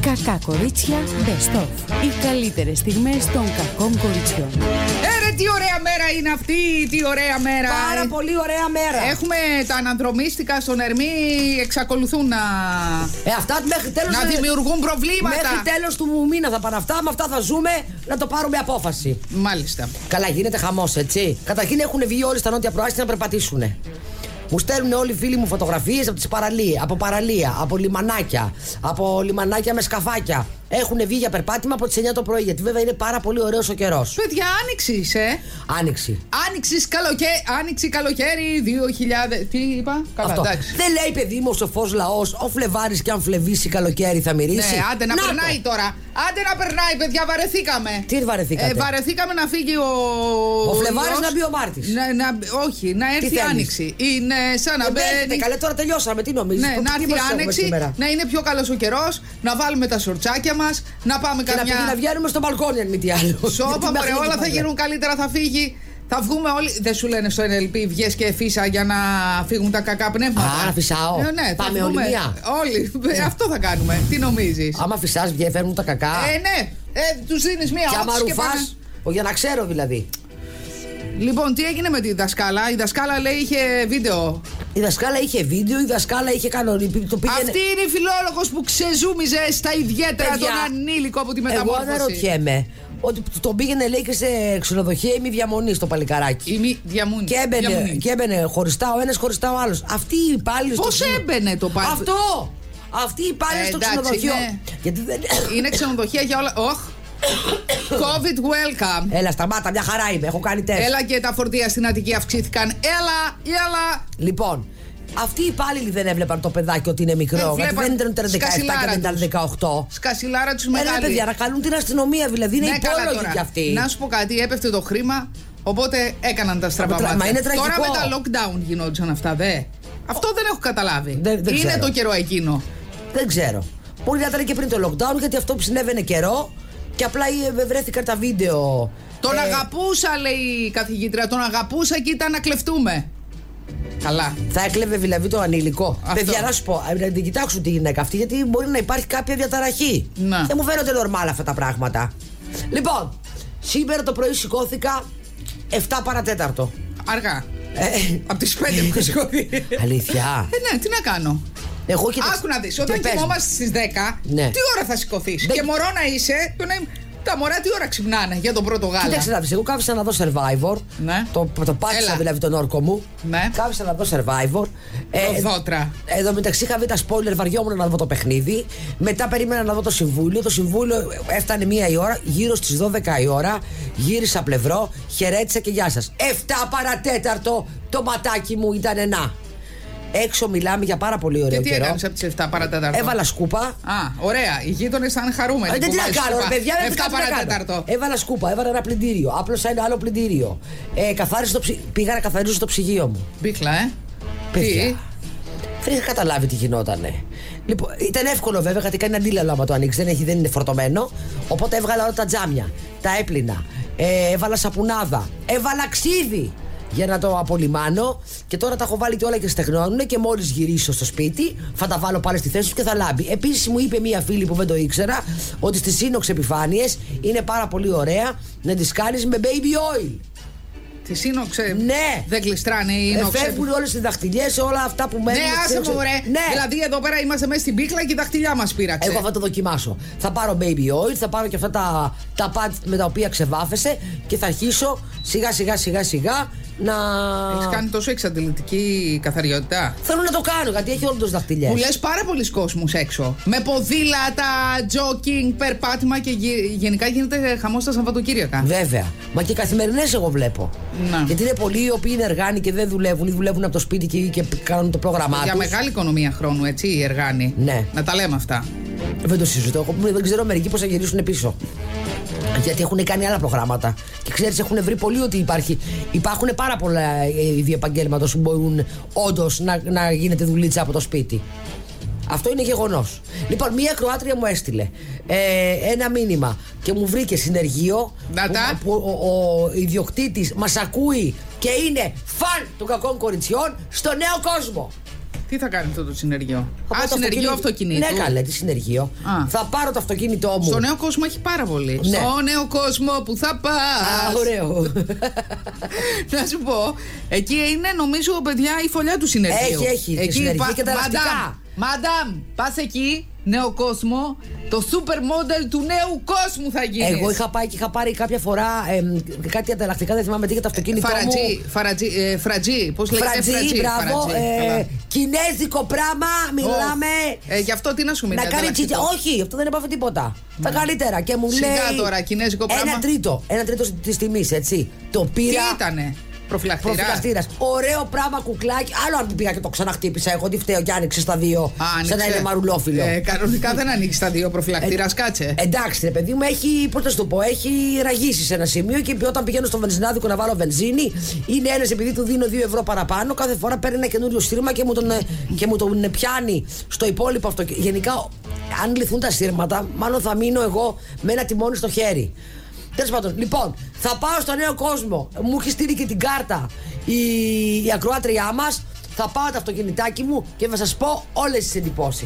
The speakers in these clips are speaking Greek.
Κακά κορίτσια, best of. Οι καλύτερες στιγμές των κακών κοριτσιών. Έρε, Ε, τι ωραία μέρα είναι αυτή, τι ωραία μέρα. Πάρα πολύ ωραία μέρα. Έχουμε τα αναδρομίστικα στον Ερμή, εξακολουθούν να, Ε, αυτά μέχρι τέλος να δημιουργούν προβλήματα. Μέχρι τέλος του μήνα θα πάνε αυτά. Με αυτά θα ζούμε να το πάρουμε απόφαση. Μάλιστα. Καλά, γίνεται χαμός, έτσι. Καταρχήν έχουν βγει όλοι στα νότια προάστια να περπατήσουν. Μου στέλνουν όλοι οι φίλοι μου φωτογραφίες από, τις παραλίες, από παραλία, από λιμανάκια, από λιμανάκια με σκαφάκια. Έχουν βγει για περπάτημα από τις 9 το πρωί, γιατί βέβαια είναι πάρα πολύ ωραίος ο καιρός. Παιδιά, άνοιξη είσαι. Άνοιξη. Άνοιξης καλοκαίρι, άνοιξη καλοκαίρι 2000. Τι είπα, καλά, Αυτό. εντάξει. Δεν λέει παιδί μου ο σοφός λαός, ο Φλεβάρης και αν φλεβήσει καλοκαίρι θα μυρίσει. Ναι, άντε να, το. περνάει τώρα. Άντε να περνάει, παιδιά, βαρεθήκαμε. Ε, Τι βαρεθήκατε? βαρεθήκαμε να φύγει ο. Ο Φλεβάρης ιός. να μπει ο Μάρτης. Να, να- όχι, να έρθει η θέλεις? άνοιξη. Είναι σαν να Ε, μπαίνει. μπαίνετε, Καλέ, τώρα τελειώσαμε. Τι νομίζεις. Ναι, να έρθει η άνοιξη, ναι, να είναι πιο καλός ο καιρός, να βάλουμε τα σορτσάκια μας, να πάμε Και να, καμιά. πηγαίνει να βγαίνουμε στο μπαλκόνι, αν μη τι άλλο. Σώπα, μωρέ, όλα θα γίνουν καλύτερα, θα φύγει. Θα βγούμε όλοι. Δεν σου λένε στο NLP βγες και φύσα για να φύγουν τα κακά πνεύματα. Α, να φυσάω. Ναι, ναι, θα Πάμε βγούμε. όλοι μία. Ναι. Όλοι. Ε, Αυτό θα κάνουμε. Τι νομίζεις. Άμα φυσάς, φέρνουν τα κακά. Ε, ναι. Ε, τους δίνεις μία και άμα όψη και ρουφάς. πάνε. Για να ξέρω δηλαδή. Λοιπόν, τι έγινε με τη δασκάλα. Η δασκάλα λέει είχε βίντεο. Η δασκάλα είχε βίντεο, η δασκάλα είχε κανονική. Το πήγαινε. Αυτή είναι η φιλόλογος που ξεζούμιζε στα ιδιαίτερα Παιδιά, τον ανήλικο από τη Εγώ μεταμόρφωση. αναρωτιέμαι. Ότι τον πήγαινε λέει και σε ξενοδοχεία ή μη διαμονή στο παλικαράκι. Η μη διαμούνη. Και έμπαινε, διαμονή. και έμπαινε χωριστά ο ένας, χωριστά ο άλλος. Αυτή η υπάλληλη. στο Πώς ξενο- έμπαινε το πάλι- Αυτό! Αυτή η υπάλληλη Ε, στο εντάξει, ξενοδοχείο. ναι. Γιατί δεν. Είναι ξενοδοχεία για όλα. Οχ. COVID welcome. Έλα, σταμάτα, μια χαρά είμαι. Έχω κάνει τεστ. Έλα και τα φορτία στην Αττική αυξήθηκαν. Έλα, έλα. Λοιπόν, αυτοί οι υπάλληλοι δεν έβλεπαν το παιδάκι ότι είναι μικρό. Δεν γιατί βλέπαν. δεν ήταν τώρα 17 Σκασιλάρα και δεν τους. ήταν 18. Σκασιλάρα τους Έλα, μεγάλη. Ε, παιδιά, να καλούν την αστυνομία δηλαδή. Είναι Ναι, καλά υπόλογοι τώρα. κι αυτοί. Να σου πω κάτι, έπεφτε το χρήμα, οπότε έκαναν τα στραβά Μα τρα- μάτια. μα είναι Τώρα τραγικό. με τα lockdown γινόντουσαν αυτά, δε. Αυτό δεν έχω καταλάβει. Δεν- δεν είναι ξέρω. το καιρό εκείνο. Δεν ξέρω. Μπορεί να ήταν και πριν το lockdown γιατί αυτό που συνέβαινε καιρό και απλά ε, βρέθηκαν τα βίντεο. Τον Ε, αγαπούσα, λέει η καθηγήτρια, τον αγαπούσα και ήταν να κλεφτούμε. Καλά. Θα έκλεβε δηλαδή το ανηλικό. Αυτό. Παιδιά, να σου πω, ε, να την κοιτάξουν τη γυναίκα αυτή, γιατί μπορεί να υπάρχει κάποια διαταραχή. Να. Δεν μου φαίνονται νορμάλ αυτά τα πράγματα. Λοιπόν, σήμερα το πρωί σηκώθηκα 7 παρατέταρτο. Αργά. Ε, Από τι 5 που έχω σηκωθεί. αλήθεια. Ε, ναι, τι να κάνω. Εγώ και Άκου να δεις. Όταν κοιμόμαστε στις 10, Ναι. τι ώρα θα σηκωθείς. Δεν- Και μωρό να είσαι, το να... τα μωρά τι ώρα ξυπνάνε για τον πρώτο γάλα. Κοίταξε να δεις. Εγώ κάθισα να δω survivor. Ναι. Το, το πάτησα Έλα. δηλαδή τον όρκο μου. Ναι. Κάθισα να δω survivor. Ε, Το δότρα. Εδώ μεταξύ είχα βρει τα spoiler, βαριόμουν να δω το παιχνίδι. Μετά περίμενα να δω το συμβούλιο. Το συμβούλιο έφτανε μία η ώρα, γύρω στις 12 η ώρα. Γύρισα πλευρό, χαιρέτησα και γεια σας. 7 παρατέταρτο το ματάκι μου ήταν ένα. Έξω μιλάμε για πάρα πολύ ωραίο Και τι ε, καιρό. έκανες από τις 7 παρατέταρτο. Έβαλα σκούπα, Α, ωραία. Οι γείτονες ήταν χαρούμενοι. Ε, δεν που τι να βάζεις κάνω, ρε σκούπα. παιδιά, δεν Εφτά τι να κάνω. Ε, παρατέταρτο. Έβαλα σκούπα, έβαλα ένα πλυντήριο. Άπλωσα ένα άλλο πλυντήριο. Ε, καθάρισα το ψυ... Πήγα να καθαρίζω το ψυγείο μου. Μπίχλα, ε. Παιδιά. Τι. Δεν είχα καταλάβει τι γινότανε. Λοιπόν, ήταν εύκολο βέβαια γιατί κάνει αντίλαλο άμα το ανοίξεις. Δεν, έχει, δεν είναι φορτωμένο. Οπότε έβγαλα όλα τα τζάμια. Τα έπλυνα. Ε, έβαλα σαπουνάδα. Έβαλα ξύδι για να το απολυμάνω. Και τώρα τα έχω βάλει και όλα και στεγνώνουν. Και μόλις γυρίσω στο σπίτι, θα τα βάλω πάλι στη θέση τους και θα λάμπει. Επίσης μου είπε μία φίλη που δεν το ήξερα ότι στις σύνοξε επιφάνειες είναι πάρα πολύ ωραία να τις κάνεις με baby oil. Τη σύνοξε. Ναι. Δεν γλιστράνε οι Ε, σύνοξε. φεύγουν όλες οι δαχτυλιές, όλα αυτά που Ναι, μένουν. στις άσε σύνοξες. μου, ρε. Ναι. Δηλαδή εδώ πέρα είμαστε μέσα στην πίκλα και τα χτυλιά μα πήραξε. Εγώ θα το δοκιμάσω. Θα πάρω baby oil, θα πάρω και αυτά τα, τα pad με τα οποία ξεβάφεσαι και θα αρχίσω σιγά σιγά σιγά σιγά να. Έχεις κάνει τόσο εξαντλητική καθαριότητα. Θέλω να το κάνω γιατί έχει όντω δαχτυλιές. Που λες πάρα πολλοί κόσμους έξω. Με ποδήλατα, τζόκινγκ, περπάτημα και γε- γενικά γίνεται χαμός τα Σαββατοκύριακα. Βέβαια. Μα και καθημερινές εγώ βλέπω. Ναι. Γιατί είναι πολλοί οι οποίοι είναι εργάνοι και δεν δουλεύουν ή δουλεύουν από το σπίτι και, και κάνουν το πρόγραμμά Για τους. μεγάλη οικονομία χρόνου, έτσι, οι εργάνοι. Ναι. Να τα λέμε αυτά. Δεν το συζητώ. Εγώ Δεν ξέρω μερικοί πώς θα γυρίσουν πίσω. Γιατί έχουν κάνει άλλα προγράμματα. Και ξέρεις, έχουν βρει πολύ ότι υπάρχει. Υπάρχουν πάρα πολλά ε, είδη επαγγέλματο που μπορούν όντως να, να γίνεται δουλίτσα από το σπίτι. Αυτό είναι γεγονός. Λοιπόν, μία Κροάτρια μου έστειλε ε, ένα μήνυμα και μου βρήκε συνεργείο. Να τα. Που, που ο, ο ιδιοκτήτης μας ακούει και είναι φαν των κακών κοριτσιών στο νέο κόσμο. Τι θα κάνει αυτό το συνεργείο. Από Α, το συνεργείο αυτοκινήτου. Ναι, καλέ, τι συνεργείο. Α. Θα πάρω το αυτοκίνητό μου. Στο νέο κόσμο έχει πάρα πολύ. Ναι. Στο νέο κόσμο που θα πας. Α, ωραίο. Να σου πω, εκεί είναι νομίζω παιδιά η φωλιά του συνεργείου. Έχει, έχει, τη συνεργή και τα ελαστικά. Μαντάμ, πας εκεί, νέο κόσμο, το super model του νέου κόσμου θα γίνει. Εγώ είχα πάει και είχα πάρει κάποια φορά εμ, κάτι ανταλλακτικά, δεν θυμάμαι τι για το αυτοκίνητό μου. Φαρατζή, φαρατζή, ε, φρατζή, πώς λέγεται φρατζή, μπράβο. φαρατζή, ε, Ε, καλά. κινέζικο πράγμα, μιλάμε. Ε, γι' αυτό τι να σου μιλάει. να κάνει τσίτια. Όχι, αυτό δεν έπαθε τίποτα. Τα καλύτερα. Και μου Ναι. Σιγά λέει. τώρα, κινέζικο πράγμα. Ένα τρίτο. Ένα τρίτο της τιμής, έτσι. Το Τι πήρα. ήτανε, προφυλακτήρας. Προφυλακτήρας. Ωραίο πράγμα κουκλάκι. Άλλο αν πήγα και το ξαναχτύπησα. Εγώ τι φταίω και άνοιξε στα δύο. Α, άνοιξε. Σαν να είναι μαρουλόφιλο. Ε, Ε, κανονικά δεν ανοίξεις τα δύο προφυλακτήρας, κάτσε. Εντάξει, ρε παιδί μου, έχει, πώς να σου το πω, έχει ραγίσει σε ένα σημείο και όταν πηγαίνω στο βενζινάδικο να βάλω βενζίνη, είναι ένας επειδή του δίνω 2 ευρώ παραπάνω, κάθε φορά παίρνει ένα καινούριο στήρμα και μου τον, ε, και μου τον ε, πιάνει στο υπόλοιπο αυτό. Γενικά, αν λυθούν τα στήρματα, μάλλον θα μείνω εγώ με ένα τιμόνι στο χέρι. Τέλος πάντων, λοιπόν, θα πάω στο νέο κόσμο. Μου έχει στείλει και την κάρτα η, η ακροάτριά μας. Θα πάω το αυτοκινητάκι μου και θα σας πω όλες τις εντυπώσεις.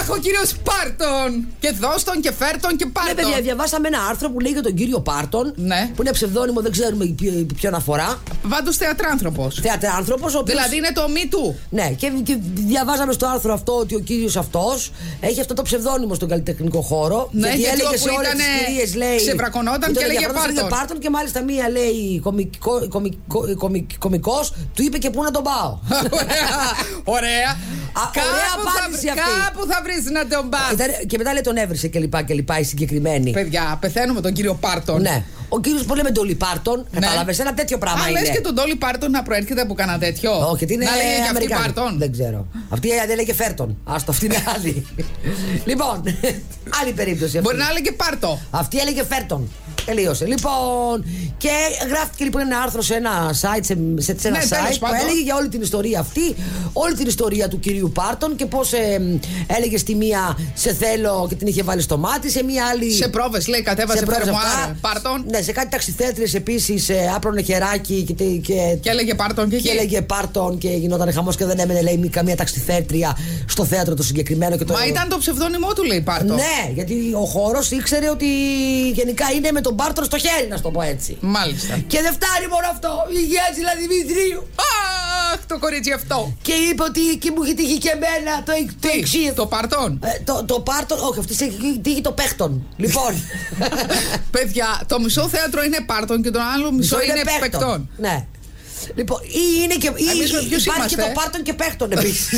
Αχ, ο κύριος Πάρτον! Και δώστον και φέρτον και Ναι, πάρτον. παιδιά, διαβάσαμε ένα άρθρο που λέει για τον κύριο Πάρτον. Ναι. Που είναι ψευδόνυμο, δεν ξέρουμε ποιο- ποιον αφορά. Πάντω θεατράνθρωπο. Θέατρα άνθρωπο, ο οποίος- Δηλαδή είναι το μη του. Ναι, και, και διαβάζαμε στο άρθρο αυτό ότι ο κύριος αυτός έχει αυτό το ψευδόνυμο στον καλλιτεχνικό χώρο. Ναι, γιατί έλεγε όπου σε όλες ήτανε- τι κυρίες, λέει. ξεβρακωνόταν και ήταν έλεγε διαφορετικός, Πάρτον. Πάρτον. Και μάλιστα μία λέει κομικό, κομικό, κομικ- κομικός, του είπε και πού να τον πάω. ωραία. ωραία. ωραία θα, απάντηση βρει- αυτή. Ε, κάπου θα βρει να τον πας. Ήταν- και μετά λέει τον έβρισε και λοιπά και λοιπά η συγκεκριμένη. Παιδιά, πεθαίνουμε τον κύριο Πάρτον. Ναι. Ο κύριος που λέμε τον Πάρτον, Ναι. κατάλαβες ένα τέτοιο πράγμα Αν είναι. λε και τον Τόλι Πάρτον να προέρχεται από κανένα τέτοιο. Όχι, τι είναι να λέγε και αυτή Αμερικάνη. Πάρτον. Δεν ξέρω. Αυτή δεν λέγε Φέρτον. Άστο, αυτή είναι άλλη. λοιπόν, άλλη περίπτωση. Αυτή. Μπορεί να έλεγε Πάρτο. Αυτή έλεγε Φέρτον. Τελείωσε. Λοιπόν, και γράφτηκε λοιπόν ένα άρθρο σε ένα site, σε, σε, σε ένα Ναι, τέλος site που πάντων. έλεγε για όλη την ιστορία αυτή, όλη την ιστορία του κυρίου Πάρτον και πώς έλεγε στη μία σε θέλω και την είχε βάλει στο μάτι, σε μία άλλη. Σε πρόβες λέει, κατέβασε πρόβες φερμοάρ. αυτά. Πάρτον. Ναι, σε κάτι ταξιθέτριες επίσης, άπρωνε χεράκι και, τε- και Και έλεγε Πάρτον και και εκεί. έλεγε Πάρτον και γινόταν χαμός και δεν έμενε λέει μη- καμία ταξιθέτρια στο θέατρο το συγκεκριμένο. Και το... Μα ήταν το ψευδόνυμό του, λέει Πάρτον. Ναι, γιατί ο χώρος ήξερε ότι γενικά είναι με τον Πάρτον στο χέρι, να σου το πω έτσι. Μάλιστα. Και δεν φτάνει μόνο αυτό. Η Γέτζηλα Δημητρίου. Αχ, το κορίτσι αυτό. Και είπε ότι εκεί μου έχει τύχει και εμένα το, το εξής. Το Πάρτον. Ε, το, το Πάρτον, όχι, αυτή έχει τύχει το παίχτον. Λοιπόν. Παιδιά, το μισό θέατρο είναι Πάρτον και το άλλο μισό είναι παικτών. Ναι. Λοιπόν, ή είναι και. Ή, Εμείς με ποιους υπάρχει και είμαστε? το πάρτον και παίχτον επίσης.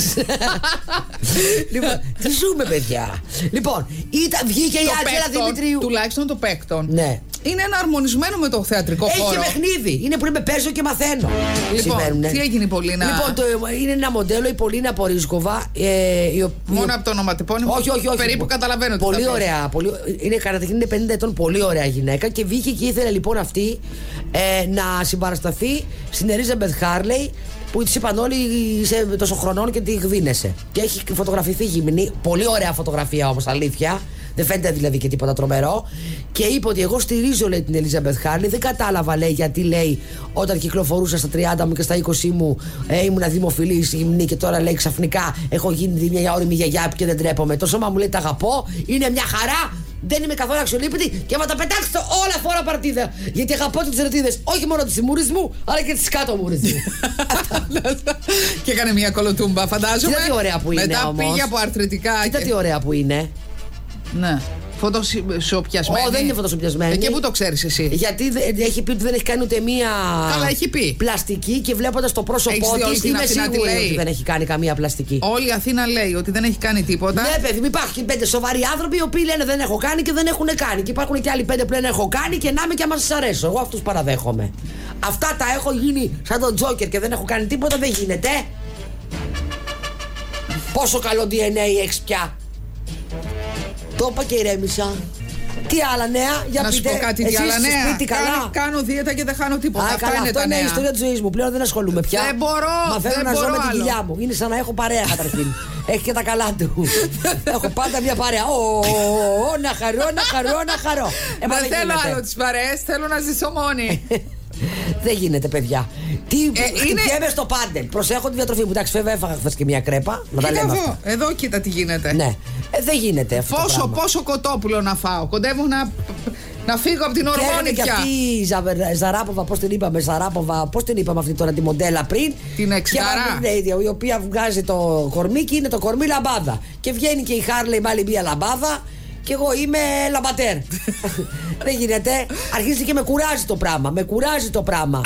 λοιπόν, τι ζούμε, παιδιά. Λοιπόν, ήταν, βγήκε η Το Άτζελα παίκτον, Δημητρίου. τουλάχιστον το παίκτον, Ναι. είναι εναρμονισμένο με το θεατρικό Έχει χώρο. και παιχνίδι. Είναι που είμαι παίζω και μαθαίνω. Λοιπόν, Συμβαίνουνε. τι έγινε η Πολίνα? Λοιπόν, το, είναι ένα μοντέλο η Πολίνα Πορίσκοβα. Ε, η, ο- Μόνο η- από το ονοματεπώνυμο. όχι, όχι, όχι. Περίπου καταλαβαίνω τι θα Πολύ πεις. ωραία. Πολύ, είναι καταρχήν είναι 50 ετών, πολύ ωραία γυναίκα και βγήκε και ήθελε λοιπόν αυτή ε, να συμπαρασταθεί στην Elizabeth Χάρλεϊ που τη είπαν όλοι σε τόσο χρονών και τη γδίνεσαι. Και έχει φωτογραφηθεί γυμνή. Πολύ ωραία φωτογραφία όμως, αλήθεια. Δεν φαίνεται δηλαδή και τίποτα τρομερό. Και είπε ότι εγώ στηρίζω λέει, την Elizabeth Χάρλι. Δεν κατάλαβα λέει γιατί λέει όταν κυκλοφορούσα στα 30 μου και στα 20 μου ε, ήμουνα δημοφιλής γυμνή και τώρα λέει ξαφνικά έχω γίνει μια όρημη γιαγιά και δεν τρέπομαι. Το σώμα μου λέει τα αγαπώ, είναι μια χαρά, δεν είμαι καθόλου αξιολύπητη και θα τα πετάξω όλα φορά παρτίδα. Γιατί αγαπώ τις ρετίδες, όχι μόνο τις μούρε μου, αλλά και τις κάτω μούρε μου. και έκανε μια κολοτούμπα, φαντάζομαι. Κοίτα τι ωραία που είναι, Μετά όμως. πήγε από αρθρητικά. Κοίτα και- τι ωραία που είναι. Ναι. Φωτοσοπιασμένη. Ω, δεν είναι Ε, φωτοσοπιασμένη. Εκεί που το ξέρεις εσύ. Γιατί δε- έχει πει ότι δεν έχει κάνει ούτε μία. Καλά, έχει πει. Πλαστική και βλέποντας το Έχεις πρόσωπό δει όλη της, την είμαι Αθηνά τι λέει. σίγουρη ότι δεν έχει κάνει καμία πλαστική. Όλη η Αθήνα λέει ότι δεν έχει κάνει τίποτα. Ναι, παιδί, μου, υπάρχουν πέντε σοβαροί άνθρωποι οι οποίοι λένε δεν έχω κάνει και δεν έχουν κάνει. Και υπάρχουν και άλλοι πέντε που λένε έχω κάνει και να είμαι και άμα σας αρέσω. Εγώ αυτούς παραδέχομαι. Αυτά τα έχω γίνει σαν τον Τζόκερ και δεν έχω κάνει τίποτα, δεν γίνεται. Πόσο καλό DNA έχεις πια. Το είπα και ηρέμησα. Τι άλλα νέα, για να σου πείτε. πω κάτι τι Εσείς άλλα στο νέα. σπίτι καλά. Κάνω, κάνω δίαιτα και δεν χάνω τίποτα. Α, Αυτά καλά, είναι αυτό τα είναι η νέα. ιστορία της ζωής μου. Πλέον δεν ασχολούμαι πια. Δεν μπορώ, Μα θέλω δεν να ζω μπορώ με την άλλο. κοιλιά μου. Είναι σαν να έχω παρέα καταρχήν. Έχει και τα καλά του. έχω πάντα μια παρέα. Ω, ω, ω, να χαρώ, να χαρώ, να χαρώ. Ε, μα δεν θέλω γίνεται. Ε, άλλο τις παρέες, θέλω να ζήσω μόνη. Δεν γίνεται, παιδιά. Τι Ε, είναι- χτυπιέμαι στο πάντελ. Προσέχω τη διατροφή μου. Εντάξει, βέβαια έφαγα χθες και μια κρέπα. Να τα Κοίτα λέμε. εδώ, αυτά. εδώ κοίτα τι γίνεται. Ναι. Ε, δεν γίνεται αυτό. το Πόσο, πράγμα. πόσο κοτόπουλο να φάω. Κοντεύω να, να φύγω από την Και έρχεται ορμόνη και πια. αυτή η Ζαβε- Ζαράποβα, πώς την είπαμε, Ζαράποβα, πώς την είπαμε αυτή τώρα τη μοντέλα πριν. Την εξταρά. εξάρτητα. Ναι, η οποία βγάζει το κορμί και είναι το κορμί λαμπάδα. Και βγαίνει και η Χάρλεϊ με άλλη μία λαμπάδα. Και εγώ είμαι λαμπατέρ. Δεν γίνεται. Αρχίζει και με κουράζει το πράγμα. Με κουράζει το πράγμα.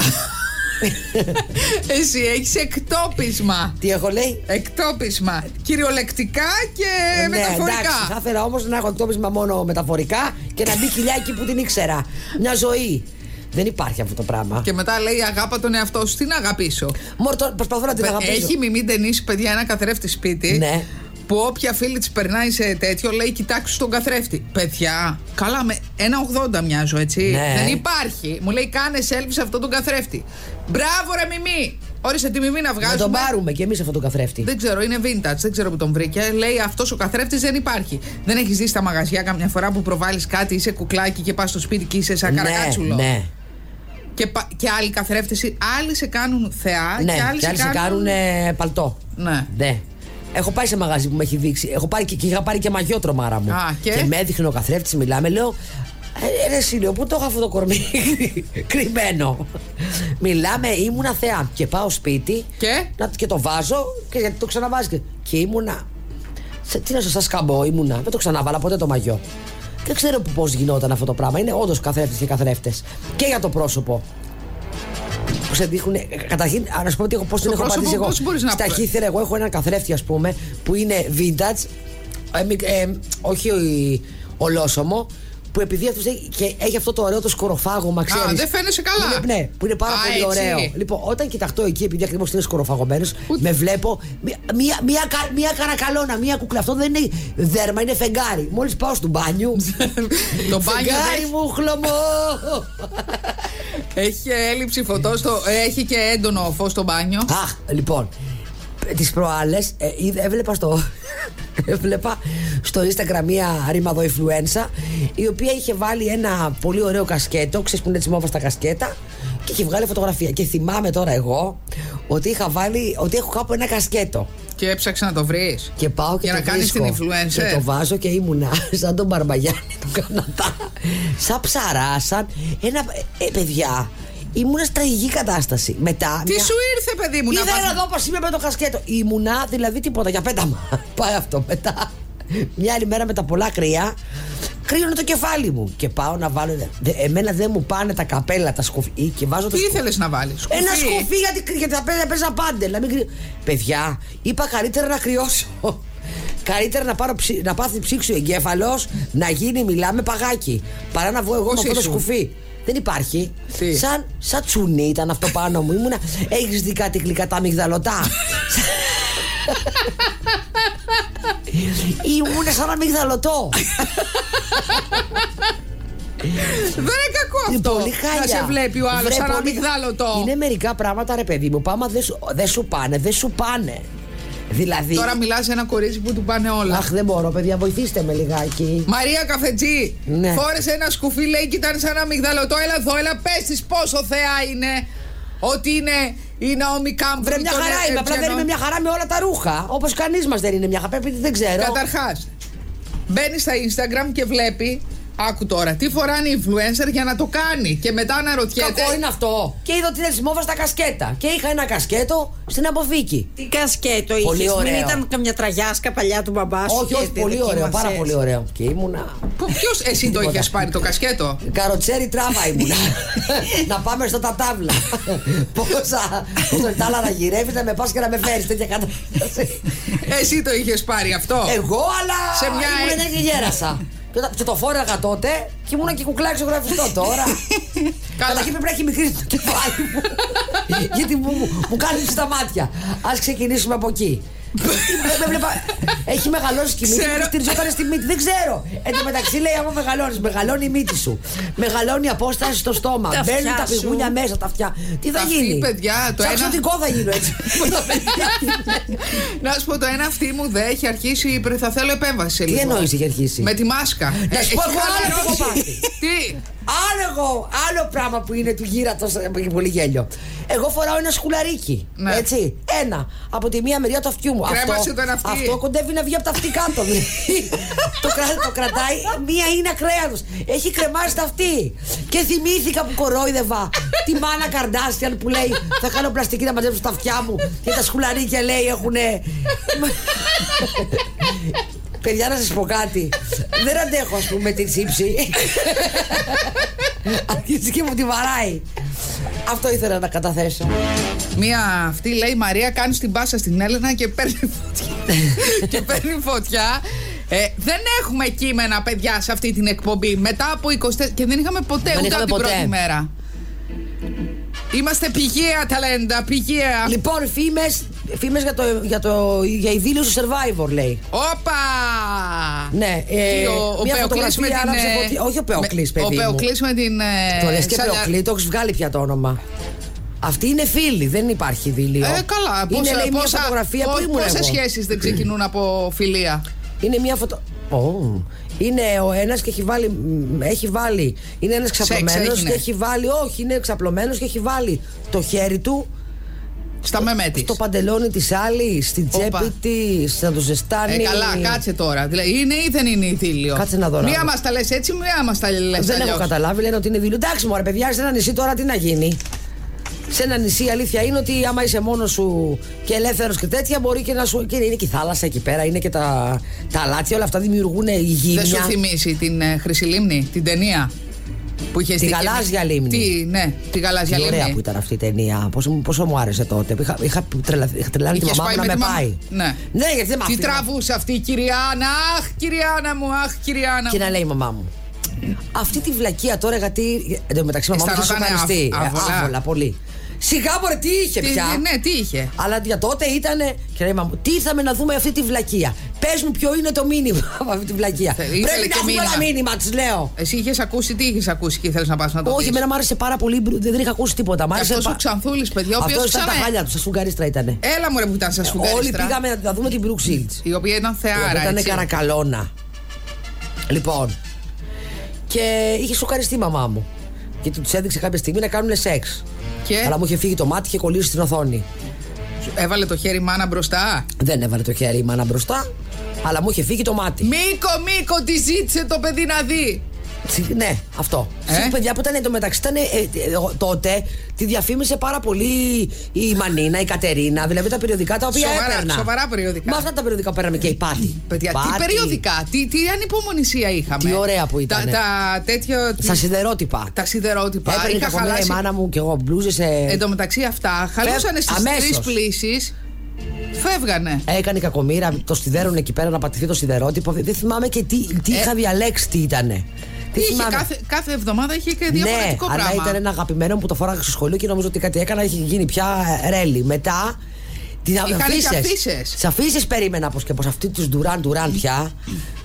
Εσύ έχεις εκτόπισμα. Τι έχω λέει. Εκτόπισμα. Κυριολεκτικά και Ναι, εντάξει, θα Ε, μεταφορικά. ήθελα όμως να έχω εκτόπισμα μόνο μεταφορικά και να μπει κοιλιά εκεί που την ήξερα. Μια ζωή. Δεν υπάρχει αυτό το πράγμα. Και μετά λέει αγάπα τον εαυτό σου. Τι να αγαπήσω. Μωρ, τώρα προσπαθώ να την αγαπήσω. Έχει μιμή ταινίσει, παιδιά, ένα καθρέφτη σπίτι. Ναι. Που όποια φίλη της περνάει σε τέτοιο, λέει: Κοιτάξτε τον καθρέφτη. Παιδιά, καλά, με 1,80 μοιάζω, έτσι. Ναι. Δεν υπάρχει. Μου λέει: Κάνε selfie σε αυτόν τον καθρέφτη. Μπράβο, ρε μιμή. Όρισε τη μιμή να Να τον βγάζουμε. πάρουμε κι εμείς αυτόν τον καθρέφτη. Δεν ξέρω, είναι vintage, δεν ξέρω που τον βρήκε. Λέει αυτός ο καθρέφτης δεν υπάρχει. Δεν έχεις δει στα μαγαζιά καμιά φορά που προβάλλεις κάτι, είσαι κουκλάκι και πας στο σπίτι και είσαι σαν καρακάτσουλο. ναι, ναι. Και, πα- και άλλοι καθρέφτες, άλλοι σε κάνουν θεά ναι. και άλλοι σε κάνουν. ε, παλτό. Ναι. Ναι. Έχω πάει σε μαγαζί που με έχει δείξει. Έχω πάρει και, και είχα πάρει και μαγιό τρομάρα μου. Α, και? με έδειχνε ο καθρέφτης, μιλάμε, λέω. «Ε, Ρε Σίλιο, πού το έχω αυτό το κορμί κρυμμένο. Μιλάμε, ήμουνα θεά. Και πάω σπίτι Και? να, και το βάζω και γιατί το ξαναβάζει. Και, και ήμουνα. Σε, τι να σας σκαμπώ, ήμουνα. Δεν το ξαναβάλα ποτέ το μαγιό. Δεν ξέρω πώς γινόταν αυτό το πράγμα. Είναι όντως καθρέφτες και καθρέφτες. Και για το πρόσωπο. Που σε δείχνουν. Καταρχήν, α, να σου πω τι έχω, πώς την έχω πρόσωπο πατήσει εγώ. πώς μπορείς να Στα προ- χύθρα, εγώ έχω έναν καθρέφτη, ας πούμε, που είναι vintage. ε, μικ- ε, όχι ο- ολόσωμο. Που επειδή αυτός έχει, και έχει αυτό το ωραίο το σκοροφάγωμα, ξέρεις. δεν φαίνεσαι καλά. ναι, που είναι πάρα Α, πολύ έτσι. ωραίο. Λοιπόν, όταν κοιταχτώ εκεί, επειδή ακριβώς είναι σκοροφαγωμένος, Ούτε- με βλέπω. Μία, μία, μία, κα- μία καρακαλώνα, μία κουκλα. Αυτό δεν είναι δέρμα, είναι φεγγάρι. Μόλις πάω στο μπάνιο. Το μπάνιο φεγγάρι δεν- μου χλωμό. Έχει και έλλειψη φωτός, στο... έχει και έντονο φως στο μπάνιο. Αχ, λοιπόν. Τις προάλλες έβλεπα στο. έβλεπα στο Instagram μία ρήμαδο influenza η οποία είχε βάλει ένα πολύ ωραίο κασκέτο. Ξέρεις που είναι έτσι μόβας στα κασκέτα και είχε βγάλει φωτογραφία. Και θυμάμαι τώρα εγώ ότι είχα βάλει. ότι έχω κάπου ένα κασκέτο. Και έψαξε να το βρεις. Και πάω και Για το να κάνεις βρίσκω. την influencer. Και το βάζω και ήμουνα σαν τον Μπαρμπαγιάννη του Καναδά. Σαν ψαρά, σαν. Ένα. Ε, παιδιά, ήμουνα στραγική κατάσταση. Μετά. Τι μια- σου ήρθε, παιδί μου, να Είδα πας... ένα δόπα σήμερα με το κασκέτο. Ήμουνα δηλαδή τίποτα για πέταμα. Πάει αυτό μετά. Μια άλλη μέρα με τα πολλά κρύα, κρύωνε το κεφάλι μου. Και πάω να βάλω. δε- Εμένα δεν μου πάνε τα καπέλα, τα σκουφί. Και βάζω το Τι σκουφί. ήθελες να βάλεις. Ένα σκουφί γιατί, γιατί θα παίζα, παίζα πάντελ. Να μην κρυ... Παιδιά, είπα καλύτερα να κρυώσω. Καλύτερα να, πάρω, ψη- να πάθει ψήξη ο εγκέφαλος, να γίνει, μιλάμε παγάκι. Παρά να βγω εγώ με Πώς αυτό το ήσουν? σκουφί. Δεν υπάρχει. Τι? Σαν, σαν τσουνί ήταν αυτό πάνω μου. Ήμουνα. Έχεις δει κάτι γλυκά τα αμυγδαλωτά. Ήμουνα σαν αμυγδαλωτό. Δεν είναι κακό Είναι αυτό. Πολύ χάλια. Να σε βλέπει ο άλλος Βρε, σαν πολύ- αμυγδάλωτο. Είναι μερικά πράγματα, ρε παιδί μου, που άμα δεν σου, δεν σου πάνε, δεν σου πάνε. Δηλαδή. Τώρα μιλάς σε ένα κορίτσι που του πάνε όλα. Αχ, δεν μπορώ, παιδιά, βοηθήστε με λιγάκι. Μαρία Καφετζή, Ναι. φόρεσε ένα σκουφί, λέει, και ήταν σαν αμυγδαλωτό. Έλα εδώ, έλα, πες της πόσο θεά είναι. Ότι είναι η Ναόμι Κάμπ. Βρε, μια χαρά είμαι. ε, Απλά δεν είμαι μια χαρά με όλα τα ρούχα. Όπως κανείς μας δεν είναι μια χαρά. Πρέπει, δεν ξέρω. Καταρχάς, μπαίνει στα Instagram και βλέπει. Άκου τώρα, τι φοράνε οι influencer για να το κάνει. Και μετά αναρωτιέται. Κακό είναι αυτό. Και είδα ότι δεν σμόβα στα κασκέτα. Και είχα ένα κασκέτο στην αποθήκη. Τι κασκέτο Πολύ είχε. Μην ωραίο. ήταν καμιά τραγιάσκα παλιά του μπαμπάς σου. όχι, όχι, γιατί πολύ δεν ωραίο. Πάρα κοιμάσαι πολύ έτσι. ωραίο. Και ήμουνα. Ποιος εσύ το Τίποτα. είχες πάρει το κασκέτο. Καροτσέρι τράβα ήμουνα. να πάμε στο τατάβλα. Πόσα. Πόσα τάλα να γυρεύει, να με πας και να με φέρεις τέτοια κατάσταση. Εσύ το είχες πάρει αυτό. Ε, Εγώ, αλλά. Σε μια- ε- Ήμουν νέα και γέρασα. και, όταν- και το φόραγα τότε και ήμουν και κουκλάκι στο γραφιστό τώρα. Καλά. Καταρχήν πρέπει να έχει μικρή το κεφάλι μου. Γιατί μου, μου, μου κάλυψε τα μάτια. Ας ξεκινήσουμε από εκεί. Δεν βλέπα. Έχει μεγαλώσει και η μύτη Ξέρω. μου. Στηριζόταν στη μύτη. Δεν ξέρω. Εν τω μεταξύ λέει: Άμα μεγαλώνεις, μεγαλώνει η μύτη σου. Μεγαλώνει η απόσταση στο στόμα. Τα αυτιά Μπαίνουν τα σου. πηγούνια μέσα, τα αυτιά. Τι θα Τα αυτή, γίνει. παιδιά, το Σαν ένα- ξωτικό θα γίνω έτσι. Να σου πω το ένα αυτή μου δεν έχει αρχίσει. πρε- Θα θέλω επέμβαση. σε Τι λίγο. εννοείς έχει αρχίσει. Με τη μάσκα. Να Ε, σου πω έχει εγώ άλλο χαλαρώσει. τι έχω πάθει. Τι. Άλλο εγώ, άλλο πράγμα που είναι του γύρατο και πολύ γέλιο. Εγώ φοράω ένα σκουλαρίκι. Ναι. Έτσι. Ένα. Από τη μία μεριά του αυτιού μου. Κρέμασε αυτό, το ένα αυτί. αυτό κοντεύει να βγει από τα αυτί κάτω. το, κρα- το κρατάει. Μία είναι ακραία Έχει κρεμάσει τα αυτή. Και θυμήθηκα που κορόιδευα τη μάνα Καρντάσιαν που λέει Θα κάνω πλαστική να μαζέψω τα αυτιά μου. Και τα σκουλαρίκια λέει έχουνε. Παιδιά, να σας πω κάτι. Δεν αντέχω, ας πούμε, την ψήψη. Αρχίζει και μου τη βαράει. Αυτό ήθελα να καταθέσω. Μία αυτή λέει Μαρία κάνεις την πάσα στην Έλενα και παίρνει φωτιά. και παίρνει φωτιά. Ε, δεν έχουμε κείμενα, παιδιά, σε αυτή την εκπομπή. Μετά από 24. και δεν είχαμε ποτέ Δεν ούτε είχαμε από την ποτέ. πρώτη μέρα. Είμαστε πηγαία ταλέντα, πηγαία. Λοιπόν, φήμες φήμες για, το, για, το, για η δήλωση του Survivor, λέει. Όπα! Ναι, ε, Και ο, ο μια Πεοκλής με φωτογραφία την. άναψε ε, φωτι- Όχι ο Πεοκλής, με- παιδί μου. Ο Πεοκλής με την. ε, Το λες και Σαλια- Πεοκλή, το έχεις βγάλει πια το όνομα. Αυτή είναι φίλη, δεν υπάρχει δίλιο. Ε, καλά. είναι λέει, μια πόσα- φωτογραφία που πο- ήμουν πόσες εγώ. σχέσεις δεν ξεκινούν από φιλία. Είναι μια φωτο... Ω. Είναι ο ένας και έχει βάλει. μ, Έχει βάλει είναι ένας ξαπλωμένος έγινε. και έχει βάλει. Όχι, είναι ξαπλωμένος και έχει βάλει το χέρι του Στα μεμέ της. Ε, στο παντελόνι της άλλη, στην Όπα. τσέπη της, να το ζεστάνει. Ε, καλά, κάτσε τώρα. Δηλαδή, είναι ή δεν είναι η θήλιο. Κάτσε να δω, να Μία δω. μας τα λες έτσι, μία μας τα λες. Δεν έχω καταλάβει, λένε ότι είναι δίλιο. Εντάξει, μωρέ, παιδιά, σε ένα νησί τώρα τι να γίνει. Σε ένα νησί, η αλήθεια είναι ότι άμα είσαι μόνος σου και ελεύθερος και τέτοια, μπορεί και να σου. Και είναι και η θάλασσα εκεί πέρα, είναι και τα, τα αλάτσια, όλα αυτά δημιουργούν υγιεινά. Δεν σου θυμίσει την ε, Χρυσή Λίμνη, την ταινία. Που είχε Τη Γαλάζια Λίμνη. Τι, ναι, τη γαλάζια Τι λίμνη. ωραία που ήταν αυτή η ταινία. Πόσο, μου- πόσο μου άρεσε τότε. που Είχα, είχα, τρελα, είχα τρελάνει τη Είχες μαμά μου πάει να με με τη μαμά- πάει. Ναι. γιατί δεν με Τι άφηνε. τραβούσε αυτή η Κυριάνα, αχ Κυριάνα μου, αχ Κυριάνα Και μου. να λέει η μαμά μου. Αυτή τη βλακεία τώρα γιατί. Εν τω μεταξύ, η μαμά μου είχε Αισθανόταν σοκαριστεί. Ε, α- άβολα. Άβολα, πολύ. Σιγά μπορεί τι είχε Τι- πια. Ναι, τι είχε. Αλλά για τότε ήταν. Και λέει η μαμά μου, τι ήρθαμε να δούμε αυτή τη βλακεία. Πες μου, ποιο είναι το μήνυμα από αυτή τη βλακεία. Θε- Πρέπει Ε, ήθελε να και έχουμε μήνυμα. ένα μήνυμα, τη λέω. Εσύ είχες ακούσει, τι είχες ακούσει και ήθελε να πας να το Όχι, πεις. εμένα μου άρεσε πάρα πολύ. Δεν δεν είχα ακούσει τίποτα. Μ' Και άρεσε αυτός ο πα- Ξανθούλης, παιδιά, ο Αυτός οποίος Ε, ήταν τα ξανά- χάλια του, σα φουγκαρίστρα ήταν. Έλα μου ρε που ήταν σα Ε, Όλοι φουγκαρίστρα. πήγαμε να δούμε την Brooke Shields. Η οποία ήταν θεάρα. Ήταν έτσι. καρακαλώνα. Λοιπόν. Και είχε σοκαριστεί η μαμά μου. Και τους έδειξε κάποια στιγμή να κάνουν σεξ. Και? Αλλά μου είχε φύγει το μάτι και κολλήσει στην οθόνη. Έβαλε το χέρι η μάνα μπροστά. Δεν έβαλε το χέρι η μάνα μπροστά, αλλά μου είχε φύγει το μάτι. Μίκο, Μίκο, τη ζήτησε το παιδί να δει. Τσι- Ναι, αυτό. Ε? Ε? παιδιά που ήταν εντωμεταξύ, ήταν ε, ε, ε, ο- τότε τη διαφήμισε πάρα πολύ η Μανίνα, η Κατερίνα, δηλαδή τα περιοδικά τα οποία Σοβαρά- έπαιρνα. σοβαρά περιοδικά. Με αυτά τα περιοδικά που παίρναμε και η Πάτη. Παιδιά, τι Πάτη. περιοδικά, τι, τι ανυπομονησία είχαμε. Τι ωραία που Τα, ήτανε. τα τέτοιο. Στα σιδερότυπα. τα σιδερότυπα. Έπαιρνε είχα κακομοίρα η χαλάσει. μάνα μου και εγώ μπλούζες ε, Εν τω μεταξύ αυτά, χαλούσανε στις αμέσως. Ε, τρει πλήσεις. Φεύγανε. Έκανε κακομήρα, το σιδέρουν εκεί πέρα να πατηθεί το σιδερότυπο. Δεν θυμάμαι και τι, τι Ε. είχα διαλέξει, τι ήτανε. Τι Είχε κάθε, κάθε εβδομάδα είχε και ναι, διαφορετικό αλλά πράγμα. ήταν ένα αγαπημένο μου που το φόραγα στο σχολείο και νομίζω ότι κάτι έκανα. Είχε γίνει πια ε, ρέλι. Μετά. Τις Είχαν και αφίσες. Τις αφήσεις περίμενα πώ και πώ. Αυτή του Ντουράν Ντουράν πια.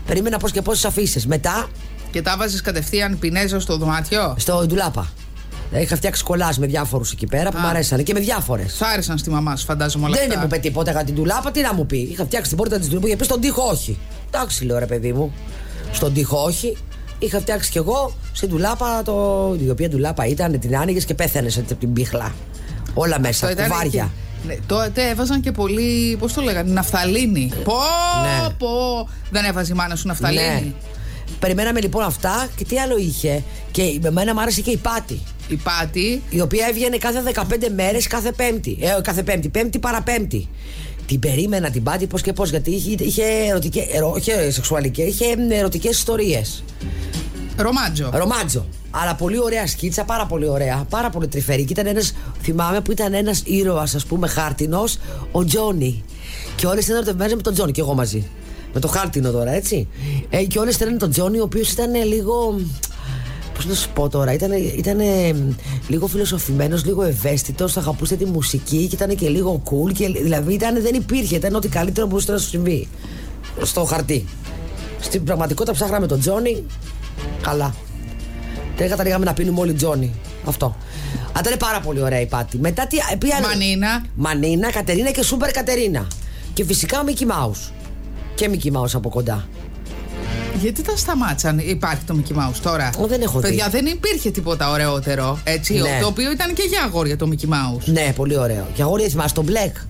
περίμενα πώ και πώ τις αφήσεις. Μετά Και τα βάζεις κατευθείαν πινέζα στο δωμάτιο. στο ντουλάπα. Είχα φτιάξει κολλάς με διάφορους εκεί πέρα που μου αρέσανε και με διάφορες. Σου άρεσαν στη μαμά σου, φαντάζομαι όλα Δεν αυτά. μου είπε τίποτα για την τουλάπα, τι να μου πει. Είχα φτιάξει την πόρτα της τουλάπα, είχε πει στον τοίχο όχι. Εντάξει, λέω ρε παιδί μου. Στον τοίχο όχι. Είχα φτιάξει κι εγώ στην τουλάπα, το... η οποία τουλάπα ήταν, την άνοιγες και πέθανε από την πίχλα. Όλα μέσα, Αυτό ήταν κουβάρια. και- Ναι, τότε έβαζαν και πολύ, πώς το λέγανε, ναφθαλίνη. Πω, Ναι. πω, δεν έβαζε η μάνα σου ναφθαλίνη. Περιμέναμε λοιπόν αυτά και τι άλλο είχε. Και εμένα μου άρεσε και η πάτη. Η πάτη, η οποία έβγαινε κάθε 15 μέρες κάθε Πέμπτη. Ε, κάθε Πέμπτη, Πέμπτη παραπέμπτη. Την περίμενα την πάτη πώς και πώς, γιατί είχε, είχε ερωτικέ. Ερω, όχι σεξουαλικές, είχε ερωτικές ιστορίες. ρομάτζο. Ρομάτζο. Αλλά πολύ ωραία σκίτσα, πάρα πολύ ωραία. Πάρα πολύ τρυφερή. Και ήταν ένας, θυμάμαι που ήταν ένας ήρωας, ας πούμε, χάρτινος, ο Τζόνι. Και όλε ήταν ερωτευμένε με τον Τζόνι, και εγώ μαζί. Με το χάρτινο τώρα, έτσι. Ε, και όλε ήταν τον Τζόνι, ο οποίος ήταν λίγο. Πώς να σου πω τώρα, ήταν, λίγο φιλοσοφημένος, λίγο ευαίσθητος, αγαπούσε τη μουσική και ήταν και λίγο cool. Και, δηλαδή ήταν, δεν υπήρχε, ήταν ό,τι καλύτερο μπορούσε να σου συμβεί. Στο χαρτί. Στην πραγματικότητα ψάχναμε τον Τζόνι. Καλά. Τελικά τα ανοίγαμε να πίνουμε όλοι Τζόνι. Αυτό. Αλλά ήταν πάρα πολύ ωραία η πάτη. Μετά τι. ε, Πήγανε... Μανίνα. Μανίνα, Κατερίνα και Σούπερ Κατερίνα. Και φυσικά ο Μίκη Μάου. Και Μίκη Μάου από κοντά. Γιατί τα σταμάτησαν, υπάρχει το Mickey Mouse τώρα. Ω, δεν έχω δει. Παιδιά, δεν υπήρχε τίποτα ωραιότερο. Έτσι, Ναι. το οποίο ήταν και για αγόρια το Mickey Mouse. Ναι, πολύ ωραίο. Και αγόρι, θυμάσαι τον μπλεκ. Ναι.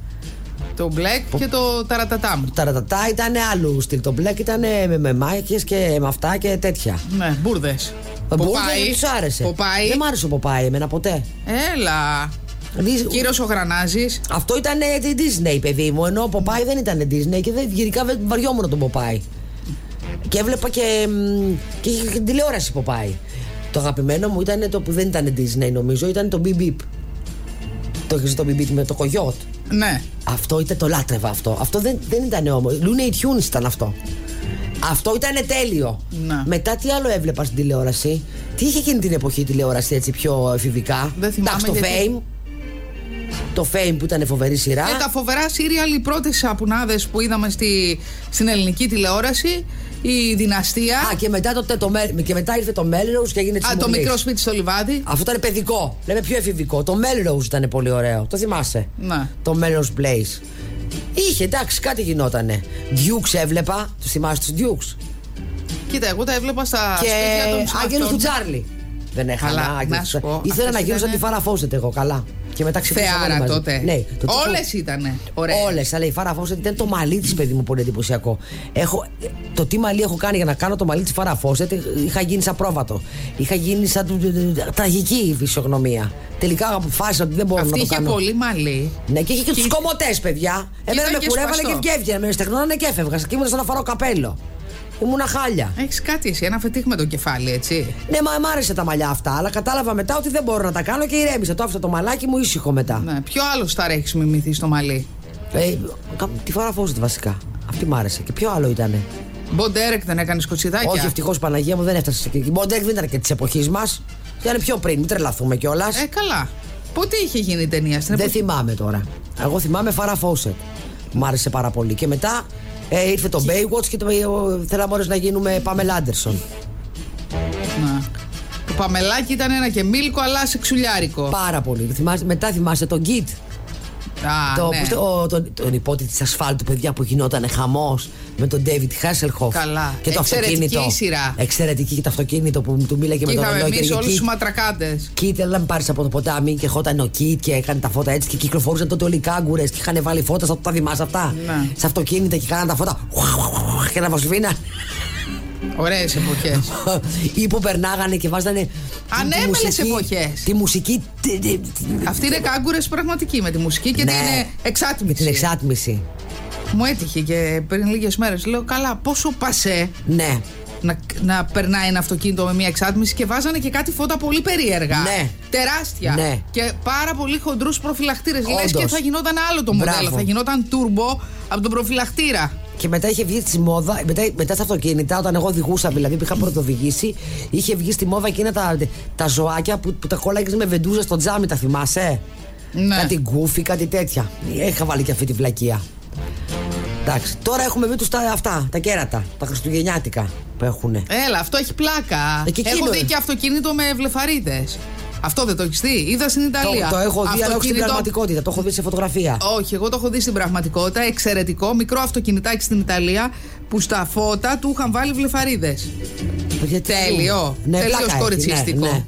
Το μπλεκ και το ταρατατάμ. Ταρατατά ήταν άλλου στυλ. Το μπλεκ ήταν με, με μάχες και με αυτά και τέτοια. Ναι, μπουρδες. Μπορεί Ε, δεν τους άρεσε. Ποπάι. Δεν μ' άρεσε ο Ποπάι εμένα ποτέ. Έλα. Δι- Κύριος ο Γρανάζης. Αυτό ήταν ε, τη Disney, παιδί μου. Ενώ ο Ποπάι δεν ήταν Disney και δεν, γενικά βε- βαριόμουν τον Ποπάι. Και έβλεπα και, μ, και είχε και τηλεόραση Ποπάι. Το αγαπημένο μου ήταν το που δεν ήταν Disney, νομίζω, ήταν το Beep Beep. Το έχεις το Beep Beep με το κογιότ. Ναι. Αυτό ήταν το λάτρευα αυτό. Αυτό δεν, δεν ήταν όμως. Looney Tunes ήταν αυτό. Αυτό ήταν τέλειο. Να. Μετά τι άλλο έβλεπα στην τηλεόραση. Τι είχε εκείνη την εποχή η τηλεόραση έτσι πιο εφηβικά. Δεν θυμάμαι Εντάξει, το γιατί. Fame. Το Fame που ήταν φοβερή σειρά. Και τα φοβερά serial, οι πρώτες σαπουνάδες που είδαμε στη, στην ελληνική τηλεόραση, η δυναστεία. Α, και μετά, το, το, Mel- και μετά ήρθε το Melrose και έγινε τη Α, το μικρό σπίτι στο λιβάδι. Αυτό ήταν παιδικό. Λέμε πιο εφηβικό. Το Melrose ήταν πολύ ωραίο. Το θυμάσαι. Ναι. Το Melrose Place. Είχε, εντάξει, κάτι γινότανε. Dukes έβλεπα. Τους θυμάσαι τους Dukes. Κοίτα, εγώ τα έβλεπα στα και σπίτια των ψηλών Άγγελος του αυτών. Τζάρλι. Δεν έχανα Καλά, Άγγελος να του σου πω, Τζάρλι. Ήθελα αυτές να γίνω σαν τη ήτανε- Φάρα Φώσετ εγώ, καλά. Και μετά ξυπνήσαμε όλοι Θεάρα μαζί. τότε. Ναι, το τσίπο- Όλε ήταν. Ωραία. Όλες, αλλά η Φάρα Φώσετ ήταν το μαλλί της, παιδί μου, πολύ εντυπωσιακό. Έχω, το τι μαλλί έχω κάνει για να κάνω το μαλλί της Φάρα Φώσετ, είχα γίνει σαν πρόβατο. Είχα γίνει σαν του- του- του- του- τραγική η φυσιογνωμία. Τελικά αποφάσισα ότι δεν μπορώ Αυτή να το είχε κάνω. πολύ μαλλί. Ναι, και είχε και τους κομμωτές, παιδιά. Εμένα ήταν με και κουρεύανε σπαστό. και βγαίνανε. Με στεγνώνανε και έφευγα. Και ήμουν σαν να φοράω καπέλο. Ήμουνα χάλια. Έχεις κάτι εσύ, ένα φετίχ με το κεφάλι, έτσι. Ναι, μα μ' άρεσε τα μαλλιά αυτά, αλλά κατάλαβα μετά ότι δεν μπορώ να τα κάνω και ηρέμησα. Το άφησα το μαλάκι μου ήσυχο μετά. Ναι. Ποιο άλλο στάρ έχεις μιμηθεί στο μαλλί. Ε, κα- τη φορά φόζεται βασικά. Αυτή μ' άρεσε. Και ποιο άλλο ήταν. Μποντέρεκ δεν έκανες κοτσιδάκια. Όχι, ευτυχώς Παναγία μου δεν έφτασες εκεί. Η Μποντέκ δεν ήταν και της εποχής μας. Ήταν πιο πριν, μην τρελαθούμε κιόλας. Ε, καλά. Πότε είχε γίνει η ταινία στην δεν εποχή. θυμάμαι τώρα. Εγώ θυμάμαι Φάρα Φόσετ. Μ' άρεσε πάρα πολύ. Και μετά ε, ήρθε το Baywatch και το, ε, ο- θέλαμε όλες να γίνουμε Πάμελ Άντερσον. Ναι. Το παμελάκι ήταν ένα και μίλκο, αλλά σε ξουλιάρικο. Πάρα πολύ. Θυμάσαι- μετά θυμάστε τον Git. Α, το, ναι. πώς το- ο- τον, τον υπότη της ασφάλτου, παιδιά που γινόταν χαμός με τον David Hasselhoff. Καλά. Και το Εξαιρετική αυτοκίνητο. η σειρά. Εξαιρετική και το αυτοκίνητο που του μίλαγε Και με τον είχαμε ρολόι και εμείς έλεγε, όλους «Κιτ, του ματρακάντε. Κιτ, έλα να πάρεις από το ποτάμι και χόταν ο Κιτ και έκανε τα φώτα έτσι και κυκλοφορούσαν τότε όλοι οι κάγκουρες και είχαν βάλει φώτα στα τα θυμάσαι αυτά. Ναι. Σε αυτοκίνητα και κάναν τα φώτα. Και να βοσβήναν. Ωραίες εποχές. ή που περνάγανε και βάζανε. τη- τη Ανέμελες μουσική- εποχές. Τη μουσική. τη- τη- τη- Αυτή είναι κάγκουρες πραγματική με τη μουσική και Ναι. την εξάτμιση. Με την εξάτμιση. Μου έτυχε και πριν λίγες μέρες. Λέω, καλά, πόσο πασέ Ναι. να, να περνάει ένα αυτοκίνητο με μια εξάτμιση και βάζανε και κάτι φώτα πολύ περίεργα. Ναι. Τεράστια. Ναι. Και πάρα πολύ χοντρούς προφυλακτήρες. Λες Όντως. και θα γινόταν άλλο το μοντέλο. Μπράβο. Θα γινόταν τουρμπο από τον προφυλακτήρα. Και μετά είχε βγει στη μόδα, μετά, μετά στα αυτοκίνητα, όταν εγώ οδηγούσα δηλαδή που είχα πρωτοδηγήσει, είχε βγει στη μόδα εκείνα τα, τα ζωάκια που, που τα κόλλαγες με βεντούζα στο τζάμι, τα θυμάσαι. Ναι. Κάτι γκούφι, κάτι τέτοια. Έχα βάλει και αυτή τη βλακεία. Εντάξει, τώρα έχουμε βρει τους τα, αυτά, τα κέρατα, τα χριστουγεννιάτικα που έχουν. Έλα, αυτό έχει πλάκα. Εκεί έχω Ε, εκείνο δει είναι. και αυτοκίνητο με βλεφαρίτε. Αυτό δεν το έχεις δει. Είδα στην Το, Ιταλία. το έχω δει, αλλά όχι στην Αυτοκίνητο- πραγματικότητα. Το έχω δει σε φωτογραφία. Όχι, εγώ το έχω δει στην πραγματικότητα. Εξαιρετικό. Μικρό αυτοκινητάκι στην Ιταλία που στα φώτα του είχαν βάλει βλεφαρίδες. Γιατί Τέλειο. Ναι, Τελείως πλάκα έχει, κοριτσίστικο. ναι, ναι.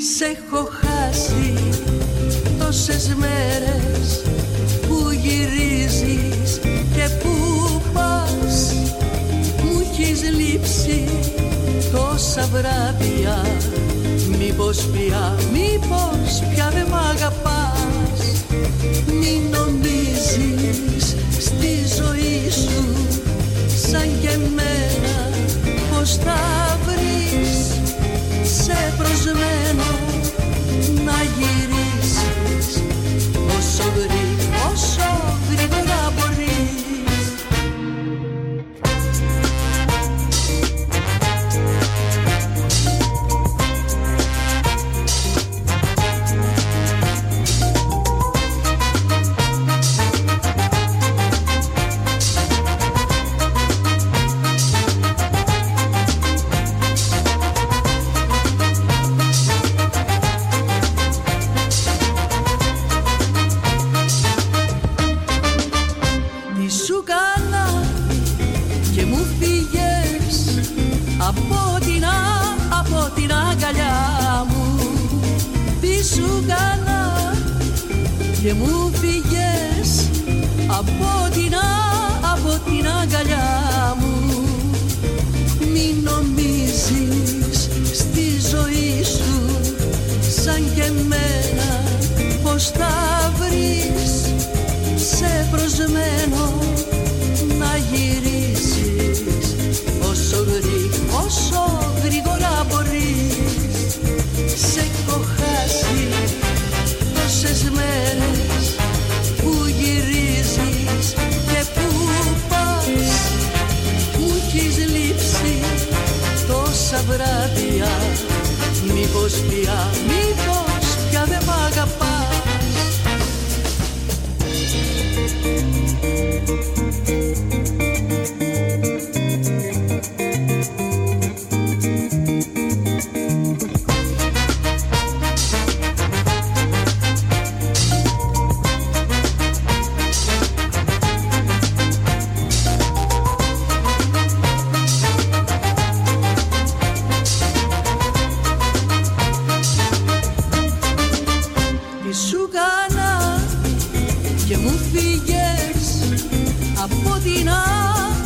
Σ' έχω χάσει τόσες μέρες που γυρίζεις και που πας Μου έχεις λείψει τόσα βράδια Μήπως πια, μήπως πια δεν μ' αγαπάς Μην νομίζεις στη ζωή σου σαν και εμένα πως θα βρεις σε προσμένο να γυρίσεις όσο γρήγορα, όσο γρήγορα μπορείς από την, α- από την αγκαλιά μου πίσω καλά και μου φύγες από την, α- από την αγκαλιά μου μην νομίζεις στη ζωή σου σαν και εμένα πως θα βρεις σε προσμένο να γυρίσεις όσο, γρή, όσο γρήγορα μπορείς σε έχω χάσει τόσες μέρες που γυρίζεις και που πας μου έχεις λείψει τόσα βράδια μήπως πια, μήπως πια δεν μ' αγαπάς Τι σου κάνα και μου φύγες από την, α,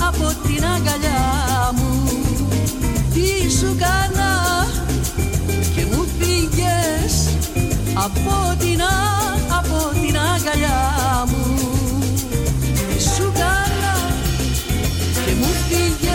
από την αγκαλιά μου Τι σου κάνα και μου φύγες από την, α, από την αγκαλιά μου Τι σου κάνα και μου φύγες